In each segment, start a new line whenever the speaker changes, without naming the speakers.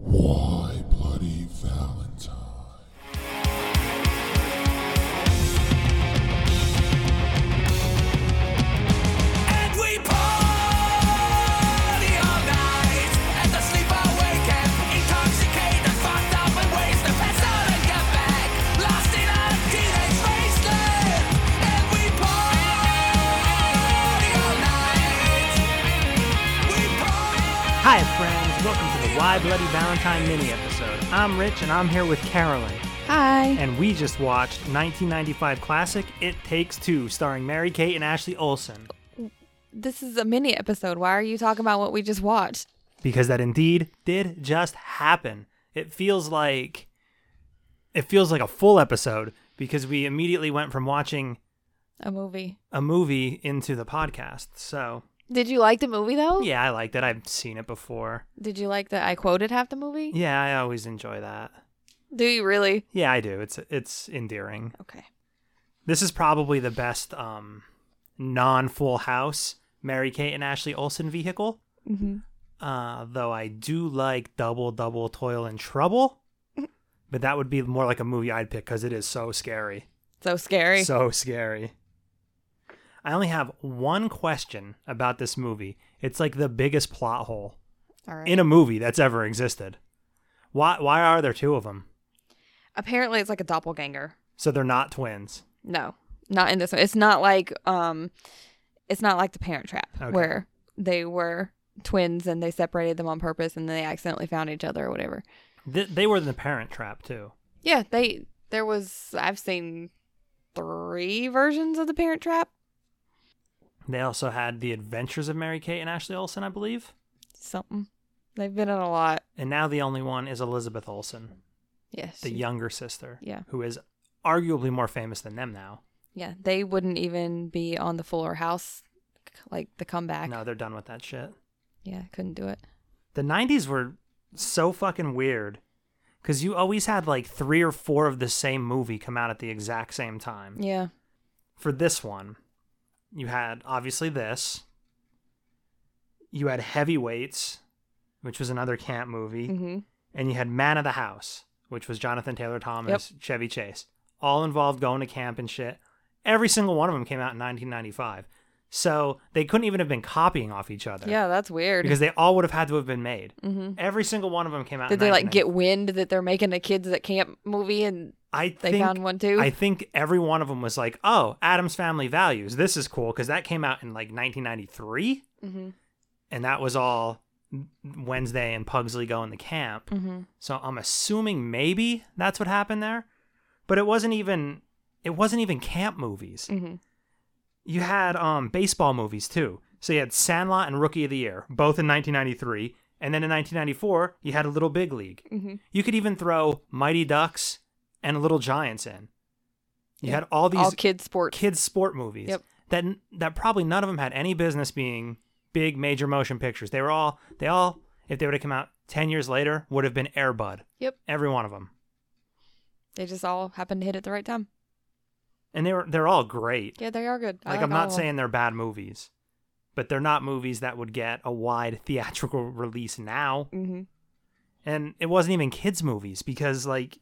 Why Bloody Valentine?
And we party all night, and the sleeper wake up, intoxicated, fucked up, and ways to pass out and get back, lost in a teenage wasteland. And we party all night. We party.
Hi, friends. Welcome to the Why Bloody Valentine mini episode. I'm Rich, and I'm here with Carolyn.
Hi.
And we just watched 1995 classic It Takes Two, starring Mary Kate and Ashley Olsen,
This is a mini episode. Why are you talking about what we just watched?
because that indeed did just happen. It feels like it feels like a full episode because we immediately went from watching
A movie.
a movie into the podcast. So
Did you like the movie though?
yeah, I liked it. I've seen it before.
Did you like that I quoted half the movie?
Yeah, I always enjoy that.
Do you really?
Yeah, I do. It's it's endearing.
Okay.
This is probably the best um, non Full House Mary Kate and Ashley Olsen vehicle.
Mm-hmm.
Uh, though I do like Double Double Toil and Trouble, but that would be more like a movie I'd pick because it is so scary,
So scary.
so scary. I only have one question about this movie. It's like the biggest plot hole
All right.
in a movie that's ever existed. Why? Why are there two of them?
Apparently it's like a doppelganger.
So they're not twins.
No. Not in this one. It's not like um it's not like the parent trap
Okay.
where they were twins and they separated them on purpose and then they accidentally found each other or whatever.
Th- they were in the Parent Trap too.
Yeah, they there was I've seen three versions of the parent trap.
They also had The Adventures of Mary Kate and Ashley Olsen, I believe.
Something. They've been in a lot.
And now the only one is Elizabeth Olsen,
Yes.
the younger sister,
Yeah.
who is arguably more famous than them now.
Yeah, they wouldn't even be on the Fuller House, like the comeback.
No, they're done with that shit.
Yeah, couldn't do it.
The 90s were so fucking weird because you always had like three or four of the same movie come out at the exact same time.
Yeah,
For this one, you had obviously this, you had Heavyweights, which was another camp movie.
hmm
and you had Man of the House, which was Jonathan Taylor Thomas, Chevy Chase, all involved going to camp and shit. Every single one of them came out in 1995, so they couldn't even have been copying off each other.
yeah, that's weird.
because they all would have had to have been made.
Mhm.
Every single one of them came out.
Did
in
they like get
1995.
wind that they're making a kids at camp movie and
I
they
think-
found one too?
I think every one of them was like, "Oh, Adam's Family Values. This is cool because that came out in like 1993,
Mhm.
and that was all Wednesday and Pugsley going to camp."
Mhm.
So I'm assuming maybe that's what happened there. But it wasn't even it wasn't even camp movies.
Mhm.
You had um baseball movies too. So you had Sandlot and Rookie of the Year, both in 1993, and then in 1994 you had a Little Big League.
Mhm.
You could even throw Mighty Ducks and Little Giants in. You had all these
all kids sports.
kids sport movies
Yep.
that that probably none of them had any business being big major motion pictures. They were all they all if they would have come out 10 years later would have been Airbud.
Yep,
Every one of them.
they just all happened to hit at the right time.
And they were they're all great.
Yeah, they are good. I
Like, I'm
all
not
of 'em.
saying they're bad movies, but they're not movies that would get a wide theatrical release now.
Mhm.
And it wasn't even kids movies because like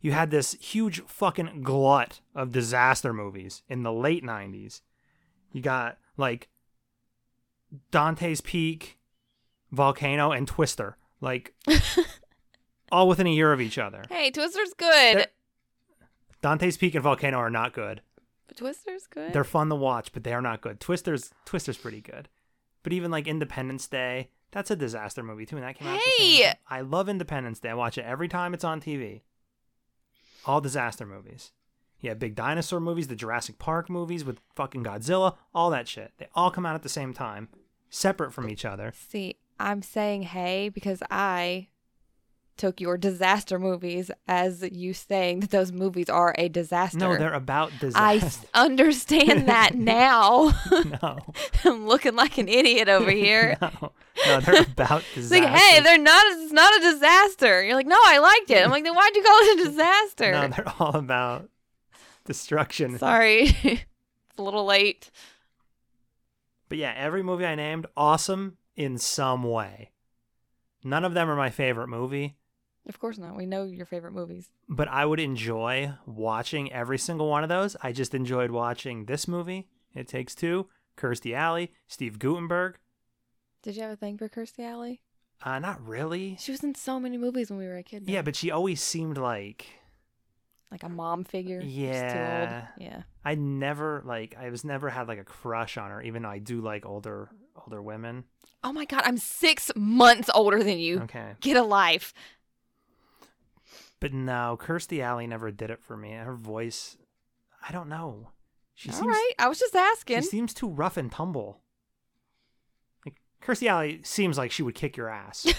you had this huge fucking glut of disaster movies in the late 90s. You got like Dante's Peak, Volcano and Twister. Like all within a year of each other.
Hey, Twister's good.
They're- Dante's Peak and Volcano are not good.
Twister's good.
They're fun to watch, but they are not good. Twister's Twister's pretty good, but even like Independence Day, that's a disaster movie too, and that came out. the same
Hey!
time. I love Independence Day. I watch it every time it's on TV. All disaster movies. Yeah, big dinosaur movies, the Jurassic Park movies with fucking Godzilla, all that shit. They all come out at the same time, separate from each other.
See, I'm saying hey because I took your disaster movies as you saying that those movies are a disaster.
No, they're about
I
disaster.
s- understand that now.
no,
I'm looking like an idiot over here.
no, no, they're about
It's
disaster.
like, hey, they're not. It's not a disaster. You're like, no, I liked it. I'm like, then why'd you call it a disaster?
no, they're all about destruction.
Sorry, it's a little late.
But yeah, every movie I named, awesome in some way. None of them are my favorite movie,
Of course not. We know your favorite movies.
but I would enjoy watching every single one of those. I just enjoyed watching this movie, It Takes Two, Kirstie Alley, Steve Gutenberg.
Did you have a thing for Kirstie Alley?
Uh, not really.
She was in so many movies when we were a kid. though.
Yeah, but she always seemed like
like a mom figure. She's too old.
Yeah.
Yeah.
I never like I was never had like a crush on her, even though I do like older older women.
Oh my god, I'm six months older than you.
Okay.
Get a life.
But no, Kirstie Alley never did it for me. Her voice, I don't know. She
All right.
seems
I was just asking.
she seems too rough and tumble. Like Kirstie Alley seems like she would kick your ass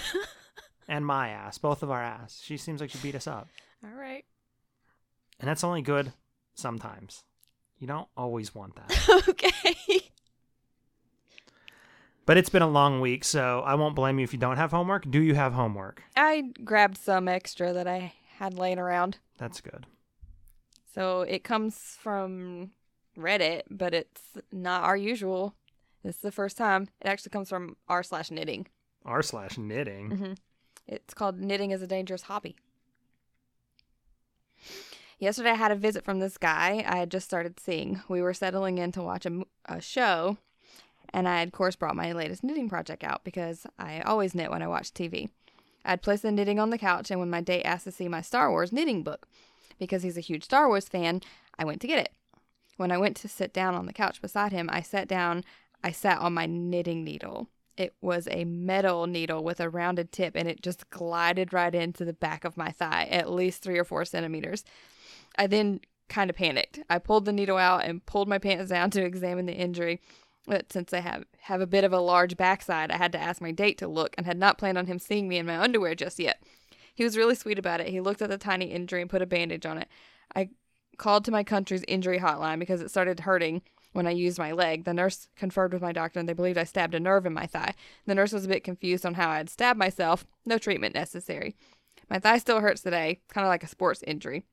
and my ass, both of our ass. She seems like she beat us up,
All right.
and that's only good sometimes. You don't always want that.
okay.
But it's been a long week, so I won't blame you if you don't have homework. Do you have homework?
I grabbed some extra that I had laying around.
That's good.
So it comes from Reddit, but it's not our usual. This is the first time. It actually comes from r slash knitting.
R slash knitting.
Mhm. It's called Knitting is a Dangerous Hobby. Yesterday, I had a visit from this guy I had just started seeing. We were settling in to watch a, mo- a show, and I had, of course, brought my latest knitting project out because I always knit when I watch TV. I'd placed the knitting on the couch, and when my date asked to see my Star Wars knitting book, because he's a huge Star Wars fan, I went to get it. When I went to sit down on the couch beside him, I sat down, I sat on my knitting needle. It was a metal needle with a rounded tip, and it just glided right into the back of my thigh, at least three or four centimeters. I then kind of panicked. I pulled the needle out and pulled my pants down to examine the injury. But since I have, have a bit of a large backside, I had to ask my date to look and had not planned on him seeing me in my underwear just yet. He was really sweet about it. He looked at the tiny injury and put a bandage on it. I called to my country's injury hotline because it started hurting when I used my leg. The nurse conferred with my doctor and they believed I stabbed a nerve in my thigh. The nurse was a bit confused on how I had stabbed myself. No treatment necessary. My thigh still hurts today, kind of like a sports injury.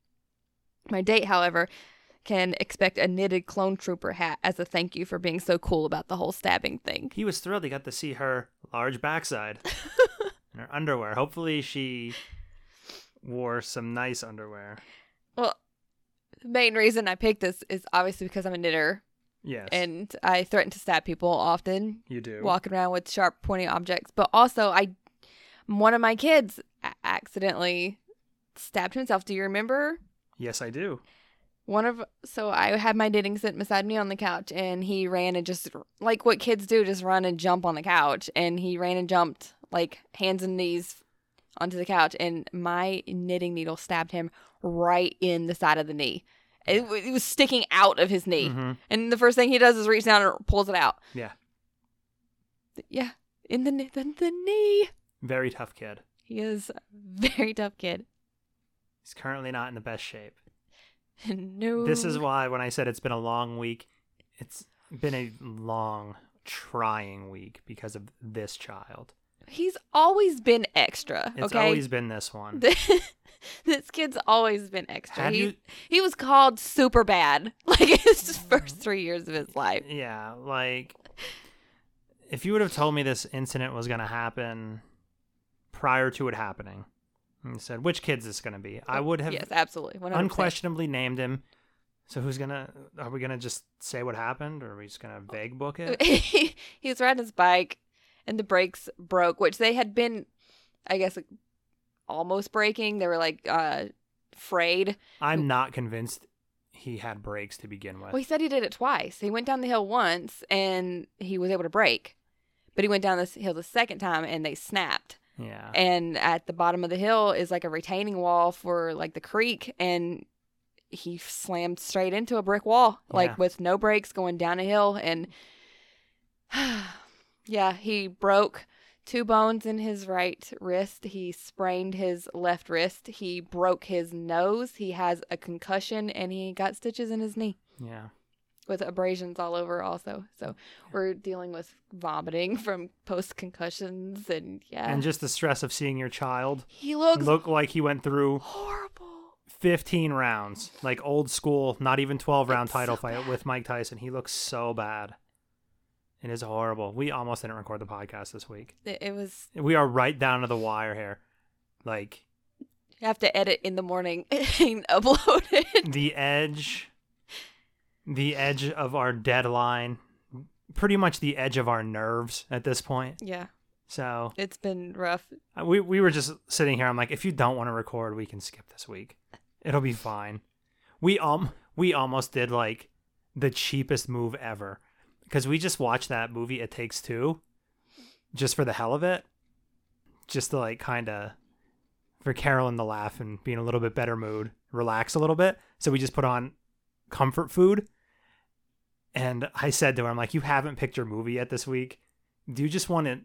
My date, however, can expect a knitted clone trooper hat as a thank you for being so cool about the whole stabbing thing.
He was thrilled he got to see her large backside in her underwear. Hopefully, she wore some nice underwear.
Well, the main reason I picked this is obviously because I'm a knitter
Yes.
and I threaten to stab people often
you do.
walking around with sharp pointy objects but also i one of my kids a- accidentally stabbed himself do you remember
yes, I do.
one of so i had my knitting sitting beside me on the couch and he ran and just like what kids do just run and jump on the couch and he ran and jumped like hands and knees onto the couch and my knitting needle stabbed him right in the side of the knee it, wa- it was sticking out of his knee
Mhm.
and the first thing he does is reach down and pulls it out
Yeah.
yeah in the, kn- the, the knee
Very tough kid.
He is a very tough kid.
He's currently not in the best shape.
no.
This is why when I said it's been a long week, it's been a long, trying week because of this child.
He's always been extra.
It's
okay.
always been this one.
this kid's always been extra.
Have
he,
you- Mm.
he was called super bad like his first three years of his life.
Yeah, like if you would have told me this incident was going to happen prior to it happening, and you said which kid's this going to be, I would have
Yes, absolutely. 100%.
unquestionably named him. So who's gonna? Are we gonna just say what happened, or are we just gonna vague book it?
he was riding his bike and the brakes broke, which they had been, I guess, like, almost breaking. They were like uh, frayed.
I'm not convinced he had breaks to begin with.
Well, he said he did it twice. He went down the hill once and he was able to break, but he went down this hill the second time and they snapped.
yeah,
And at the bottom of the hill is like a retaining wall for like the creek, and he slammed straight into a brick wall, like
Yeah.
with no brakes, going down a hill. And yeah, he broke two bones in his right wrist. He sprained his left wrist. He broke his nose. He has a concussion and he got stitches in his knee
Yeah.
with abrasions all over also. So we're dealing with vomiting from post concussions and yeah.
And just the stress of seeing your child
he looks
look like he went through
horrible.
15 rounds, like old school, not even 12 round
It's
title
so
fight
bad.
with Mike Tyson. He looks so bad. It is horrible. We almost didn't record the podcast this week.
It, it was
We are right down to the wire here. Like
you have to edit in the morning and upload it.
the edge, the edge of our deadline, pretty much the edge of our nerves at this point.
Yeah.
So
It's been rough.
I- Uh, we we were just sitting here. I'm like, if you don't want to record, we can skip this week. It'll be fine. We um we almost did like the cheapest move ever because we just watched that movie It Takes Two, just for the hell of it, just to like kind of for Carolyn to laugh and be in a little bit better mood, relax a little bit. So we just put on comfort food. And I said to her, I'm like, you haven't picked your movie yet this week. Do you just want to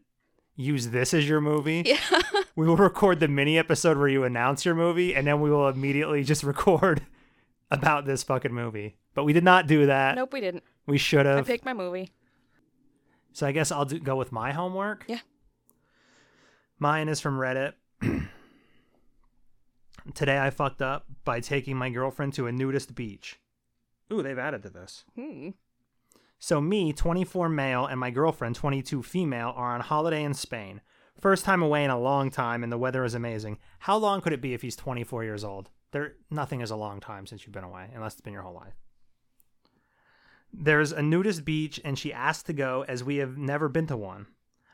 use this as your movie?
Yeah.
we will record the mini episode where you announce your movie and then we will immediately just record about this fucking movie but we did not do that
nope, we didn't.
we should
I
have
picked my movie.
so i guess i'll do, go with my homework
Yeah.
mine is from reddit today i fucked up by taking my girlfriend to a nudist beach ooh they've added to this
Hmm.
So me, 24 male, and my girlfriend, 22 female, are on holiday in Spain. First time away in a long time, and the weather is amazing. How long could it be if he's 24 years old? There, nothing is a long time since you've been away, unless it's been your whole life. There's a nudist beach, and she asked to go as we have never been to one.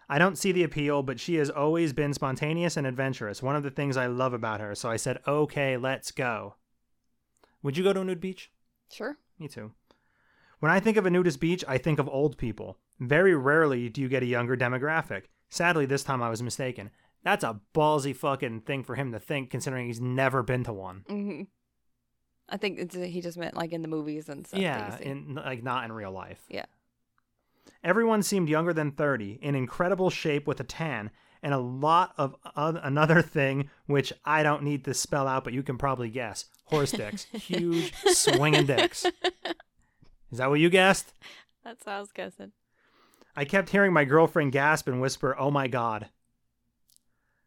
I don't see the appeal, but she has always been spontaneous and adventurous, one of the things I love about her. So I said, okay, let's go. Would you go to a nude beach?
Sure.
Me too. When I think of a nudist beach, I think of old people. Very rarely do you get a younger demographic. Sadly, this time I was mistaken. That's a ballsy fucking thing for him to think, considering he's never been to one.
hmm I think it's, he just meant like in the movies and stuff. that you
yeah,
see.
in, like not in real life.
yeah.
Everyone seemed younger than 30, in incredible shape with a tan, and a lot of oth- another thing which I don't need to spell out, but you can probably guess. Horse dicks. Huge swinging dicks. Is that what you guessed?
That's what I was guessing.
I kept hearing my girlfriend gasp and whisper, "Oh my god."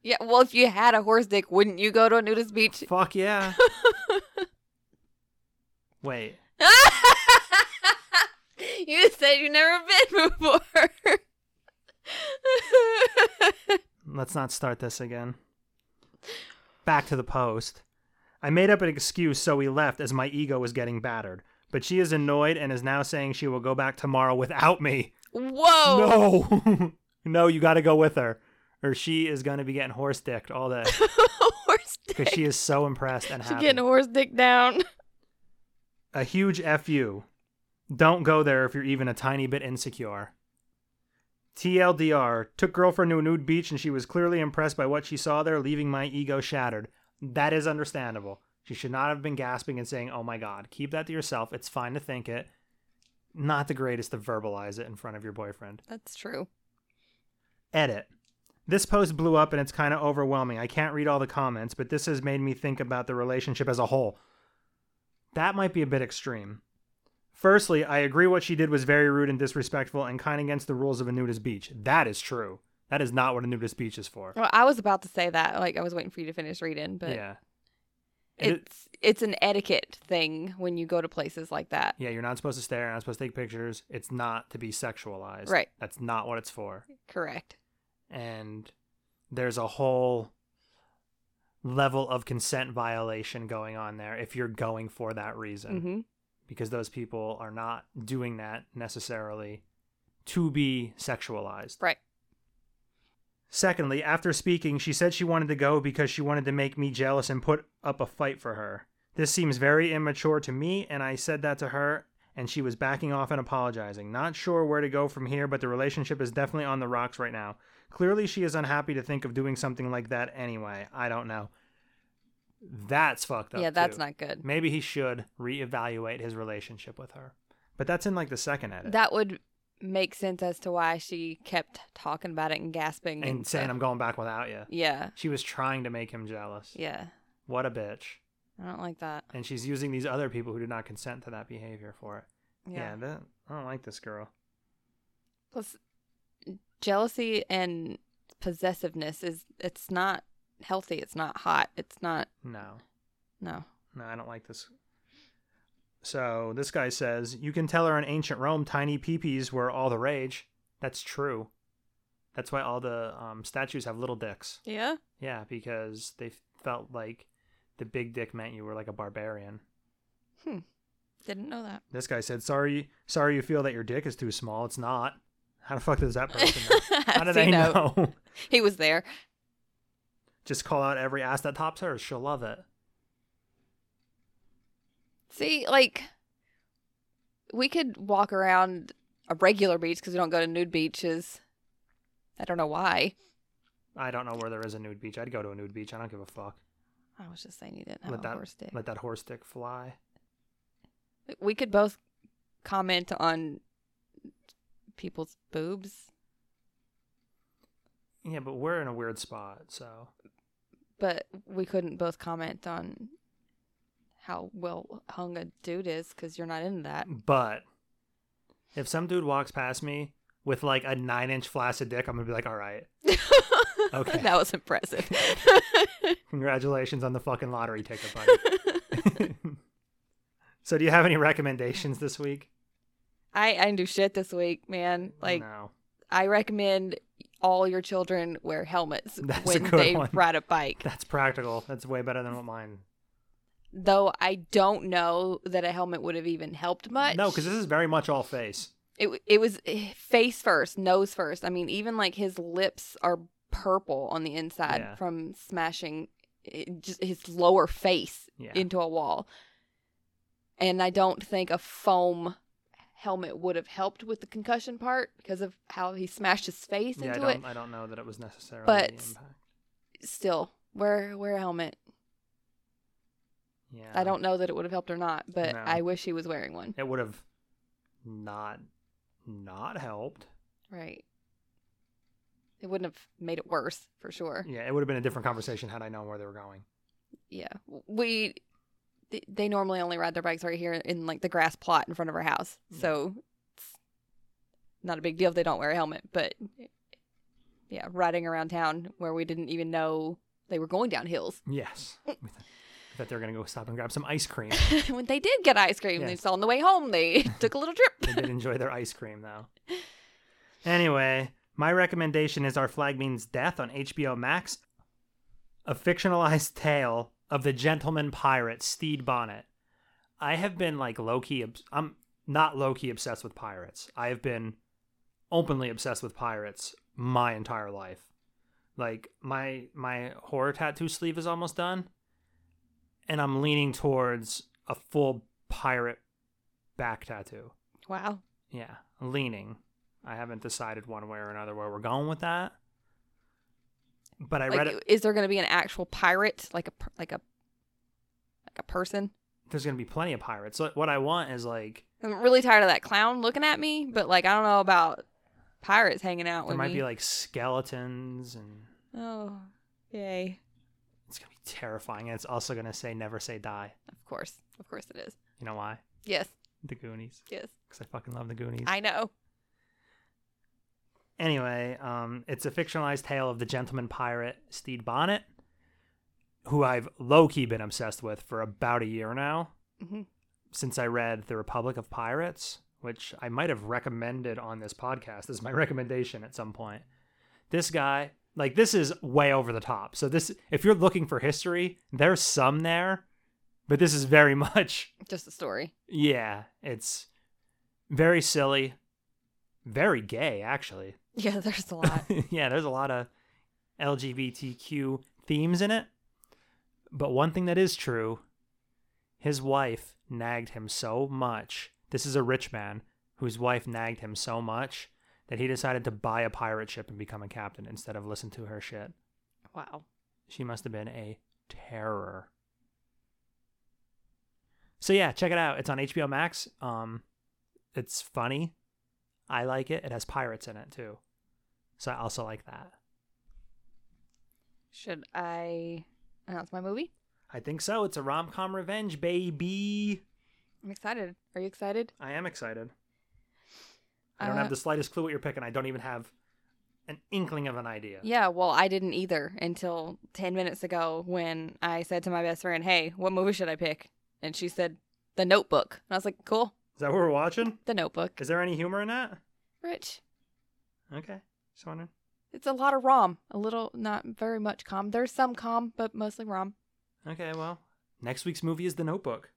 Yeah. Well, if you had a horse dick, wouldn't you go to a nudist beach?
Fuck yeah. Wait.
you said you've never been before.
Let's not start this again. Back to the post. I made up an excuse, so we left as my ego was getting battered. But she is annoyed and is now saying she will go back tomorrow without me.
Whoa.
No. no, you got to go with her. Or she is going to be getting horse dicked all day
horse dick.
because she is so impressed and
She's
happy.
getting horse dick down.
a huge fu. Don't go there if you're even a tiny bit insecure. TLDR took girlfriend to a nude beach and she was clearly impressed by what she saw there, leaving my ego shattered. That is understandable. She should not have been gasping and saying, "Oh my god." Keep that to yourself. It's fine to think it. Not the greatest to verbalize it in front of your boyfriend.
That's true.
Edit. This post blew up and it's kind of overwhelming. I can't read all the comments, but this has made me think about the relationship as a whole. That might be a bit extreme. Firstly, I agree what she did was very rude and disrespectful and kind of against the rules of a nudist beach. That is true. That is not what a nudist beach is for.
Well, I was about to say that. Like I was waiting for you to finish reading, Oh, but
yeah. It-
it's it's an etiquette thing when you go to places like that.
yeah, you're not supposed to stare, you're not supposed to take pictures. It's not to be sexualized.
Right.
That's not what it's for.
Correct.
and there's a whole level of consent violation going on there if you're going for that reason
hmm
because those people are not doing that necessarily to be sexualized.
Right.
Secondly, after speaking, she said she wanted to go because she wanted to make me jealous and put up a fight for her. This seems very immature to me, and I said that to her, and she was backing off and apologizing. Not sure where to go from here, but the relationship is definitely on the rocks right now. Clearly, she is unhappy to think of doing something like that anyway. I don't know. That's fucked up.
yeah, that's
too.
not good.
Maybe he should reevaluate his relationship with her. But that's in like the second edit.
That would make sense as to why she kept talking about it and gasping and,
and saying,
stuff.
I'm going back without you.
Yeah,
She was trying to make him jealous.
yeah.
What a bitch.
I don't like that.
And she's using these other people who did not consent to that behavior for it.
Yeah.
Yeah, that, I don't like this girl.
Plus, jealousy and possessiveness is it's not healthy. It's not hot. It's not
No.
no.
No, I don't like this. So this guy says, You can tell her in ancient Rome tiny peepees were all the rage. That's true. That's why all the um, statues have little dicks.
Yeah.
Yeah, because they felt like the big dick meant you were like a barbarian.
Didn't know that.
This guy said, "Sorry, sorry, you feel that your dick is too small. It's not. How the fuck does that person know? How do
See,
they
no.
know?
He was there.
Just call out every ass that tops hers. She'll love it.
See, like we could walk around a regular beach because we don't go to nude beaches. I don't know why.
I don't know where there is a nude beach. I'd go to a nude beach. I don't give a fuck.
I was just saying you didn't have
Let
a
that
Oh, horse dick.
let that horse dick fly.
We could both comment on people's boobs,
Yeah, but we're in a weird spot, so
but we couldn't both comment on how well hung a dude is because you're not into that.
But if some dude walks past me with like a nine inch flaccid dick, I'm gonna be like, all right, Okay.
that was impressive.
congratulations on the fucking lottery ticket, buddy. so, do you have any recommendations this week?
I I didn't do shit this week, man. Like
no.
I recommend all your children wear helmets
That's a
when
good
they
one.
ride a bike.
That's practical. That's way better than what mine.
Though I don't know that a helmet would have even helped much.
No, because this is very much all face.
it w- it was eh, face first, nose first. I mean, even like his lips are purple on the inside
Yeah.
from smashing it, just his lower face
Yeah.
into a wall. And I don't think a foam helmet would have helped with the concussion part because of how he smashed his face
Yeah, I
into it.
don't. I don't know that it was necessarily
But-
the impact.
Still, wear wear a helmet.
Yeah,
I don't know that it would have helped or not, but
No.
I wish he was wearing one.
It would have not not helped.
Right. It wouldn't have made it worse for sure.
Yeah, it would have been a different conversation had I known where they were going.
Yeah. We th- they normally only ride their bikes right here in like the grass plot in front of our house.
Yeah.
So it's not a big deal if they don't wear a helmet, but yeah, riding around town where we didn't even know they were going down hills.
Yes. we thought, we thought they were gonna go stop and grab some ice cream.
when they did get ice cream, they
Yes.
saw on the way home they took a little
they
trip.
did enjoy their ice cream though. Anyway, my recommendation is Our Flag Means Death on HBO Max, a fictionalized tale of the gentleman pirate Steed Bonnet. I have been like low key, obs- I'm not low key obsessed with pirates. I have been openly obsessed with pirates my entire life. Like my my horror tattoo sleeve is almost done, and I'm leaning towards a full pirate back tattoo.
wow.
Yeah, leaning. I haven't decided one way or another where we're going with that. But I
Like,
read
is
it.
there going to be an actual pirate, like a per- like a like a person?
There's going to be plenty of pirates. So what I want is like
I'm really tired of that clown looking at me, but like I don't know about pirates hanging out
there
with
might
me.
be like skeletons, and
oh, yay!
it's going to be terrifying. And it's also going to say "Never say die."
Of course, of course it is.
You know why?
Yes,
The Goonies,
yes,
because I fucking love the Goonies.
I know.
anyway, um, it's a fictionalized tale of the gentleman pirate Steed Bonnet, who I've low key been obsessed with for about a year now,
Mhm.
since I read The Republic of Pirates, which I might have recommended on this podcast as my recommendation at some point. This guy, like, this is way over the top. So this, if you're looking for history, there's some there, but this is very much
Just a story.
yeah, it's very silly, very gay actually.
Yeah, there's a lot.
yeah, there's a lot of LGBTQ themes in it. But one thing that is true, his wife nagged him so much. This is a rich man whose wife nagged him so much that he decided to buy a pirate ship and become a captain instead of listen to her shit.
wow.
She must have been a terror. So yeah, check it out. It's on HBO Max. Um, it's funny. I like it. It has pirates in it too, so I also like that.
Should I announce my movie?
I think so. It's a rom com revenge, baby.
I'm excited. Are you excited?
I am excited. I don't
Uh,
have the slightest clue what you're picking. I don't even have an inkling of an idea.
Yeah, well, I didn't either until 10 minutes ago when I said to my best friend, Hey, what movie should I pick? And she said, The Notebook. And I was like, Cool,
Is that what we're watching?
The Notebook.
Is there any humor in that?
Rich,
Okay. Just wondering.
it's a lot of ROM, a little, not very much calm. There's some calm, but mostly ROM.
Okay, well, next week's movie is The Notebook.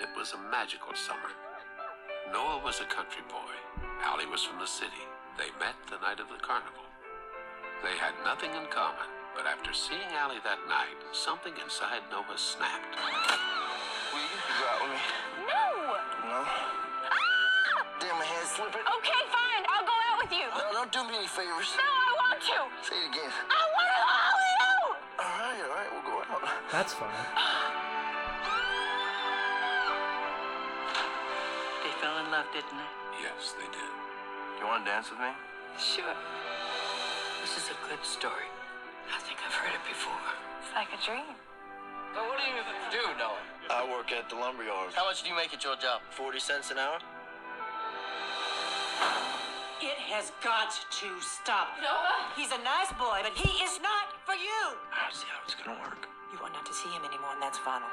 It was a magical summer. Noah was a country boy. Allie was from the city. They met the night of the carnival. They had nothing in common, but after seeing Allie that night, something inside Noah snapped.
Will you go out with me?
No! Ah!
No? Damn, my hand's slipping.
Okay, fine. I'll go out with you.
No, don't do me any favors.
No, I want to.
Say it again.
I want to go out with you.
All right, all right, we'll go out.
That's fun.
They fell in love, didn't they?
Yes, they did.
You want to dance with me?
Sure. This is a good story. I think I've heard it before.
It's like a dream.
what do you do, Noah? I work at the lumberyard. How much do you make at your job? 40 cents an hour?
It has got to stop. Noah? He's a nice boy, but he is not for you.
I see how it's gonna work.
You are not to see him anymore, and that's final.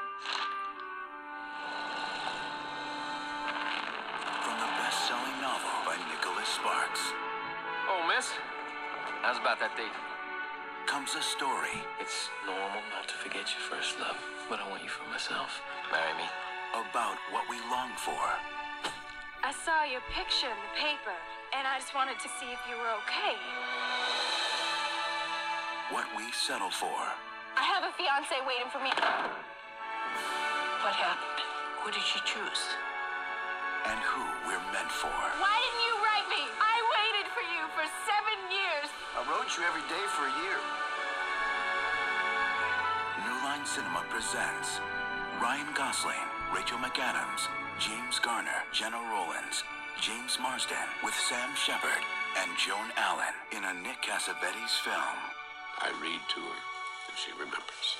From the best-selling novel by Nicholas Sparks
Oh, miss? How's about that date?
comes a story
It's normal not to forget your first love, but I want you for myself. Marry me.
about what we long for.
I saw your picture in the paper, and I just wanted to see if you were okay.
What we settle for.
I have a fiance waiting for me.
What happened? Who did you choose?
And who we're meant for.
Why didn't you write me? I waited for you for seven years.
I wrote you every day for a year.
New Line Cinema presents Ryan Gosling, Rachel McAdams, James Garner, Jenna Rollins, James Marsden with Sam Shepard and Joan Allen in a Nick Cassavetes film. I read to her, and she remembers.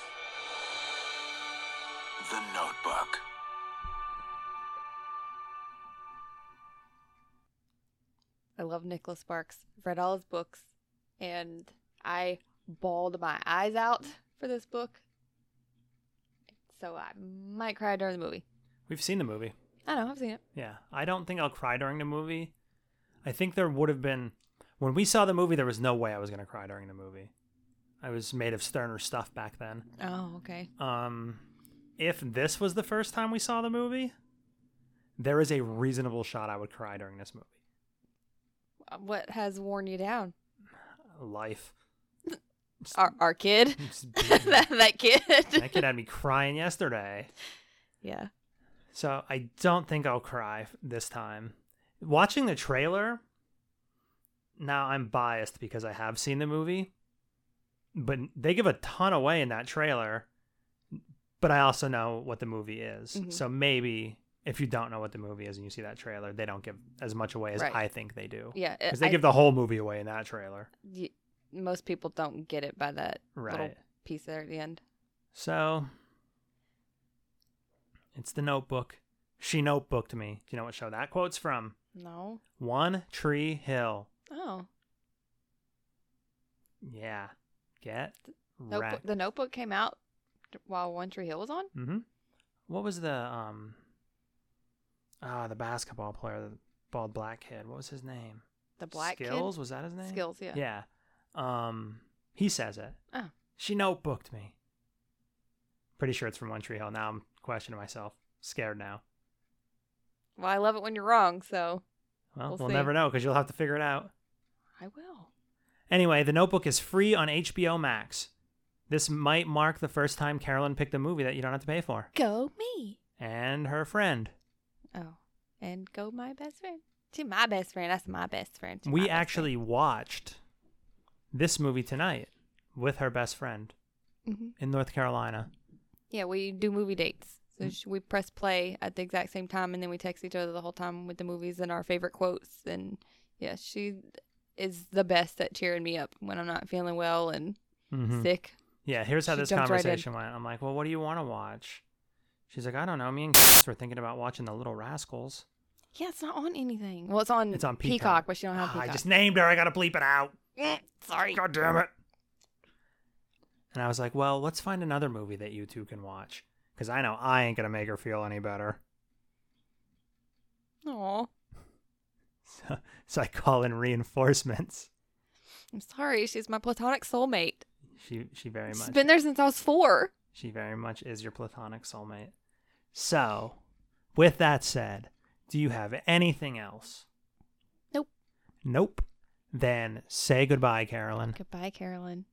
The Notebook.
I love Nicholas Sparks. I've read all his books, and I bawled my eyes out for this book. So I might cry during the movie.
We've seen the movie.
I know, I've seen it.
Yeah. I don't think I'll cry during the movie. I think there would have been when we saw the movie there was no way I was going to cry during the movie. I was made of sterner stuff back then.
Oh, okay.
Um if this was the first time we saw the movie, there is a reasonable shot I would cry during this movie.
What has worn you down?
Life.
Our, our kid?
Just beating
that, that kid?
that kid had me crying yesterday.
Yeah.
So I don't think I'll cry f- this time. Watching the trailer, now I'm biased because I have seen the movie, but they give a ton away in that trailer. But I also know what the movie is.
Mhm.
So maybe if you don't know what the movie is and you see that trailer, they don't give as much away as
Right.
I think they do.
Yeah.
Because they
I-
give the whole movie away in that trailer.
y- most people don't get it by that little
Right.
piece there at the end.
So it's the notebook. She notebooked me. Do you know what show that quote's from?
No.
One Tree Hill.
Oh.
Yeah. Get
Notebook,
wrecked.
the Notebook came out while One Tree Hill was on?
mm-hmm. What was the um ah the basketball player, the bald black kid. What was his name?
The Black
Skills,
Kid?
was that his name?
Skills, yeah.
Yeah. Um he says it.
Oh.
She notebooked me. Pretty sure it's from One Tree Hill. Now I'm questioning myself. Scared now.
Well, I love it when you're wrong, so
Well,
We'll
we'll
see.
never know because you'll have to figure it out.
I will.
Anyway, The Notebook is free on HBO Max. This might mark the first time Carolyn picked a movie that you don't have to pay for.
Go me.
And her friend.
Oh, and go my best friend. To my best friend. That's my best friend. to my
We
best
actually watched this movie tonight with her best friend
friend. Mhm.
in North Carolina.
Yeah, we do movie dates.
Mm-hmm.
So sh we press play at the exact same time, and then we text each other the whole time with the movies and our favorite quotes. And yeah, she is the best at cheering me up when I'm not feeling well and
Mhm.
sick.
Yeah, here's how
She
this
jumped right in.
conversation went. I'm like, well, what do you want to watch? She's like, I don't know. Me and Chris were thinking about watching The Little Rascals.
Yeah, it's not on anything. Well, it's on
It's on Peacock.
Mm, but she don't have
Ah,
Peacock. Mm,
I just named her. I gotta bleep it out.
Sorry.
God damn it. And I was like, well, let's find another movie that you two can watch. Because I know I ain't going to make her feel any better.
Aw,
So, so I call in reinforcements.
I'm sorry. She's my platonic soulmate.
She she very
She's
much
been there since I was four.
she very much is your platonic soulmate. So, with that said, do you have anything else?
Nope.
Nope. Then say goodbye, Carolyn. Mm.
Goodbye, Carolyn.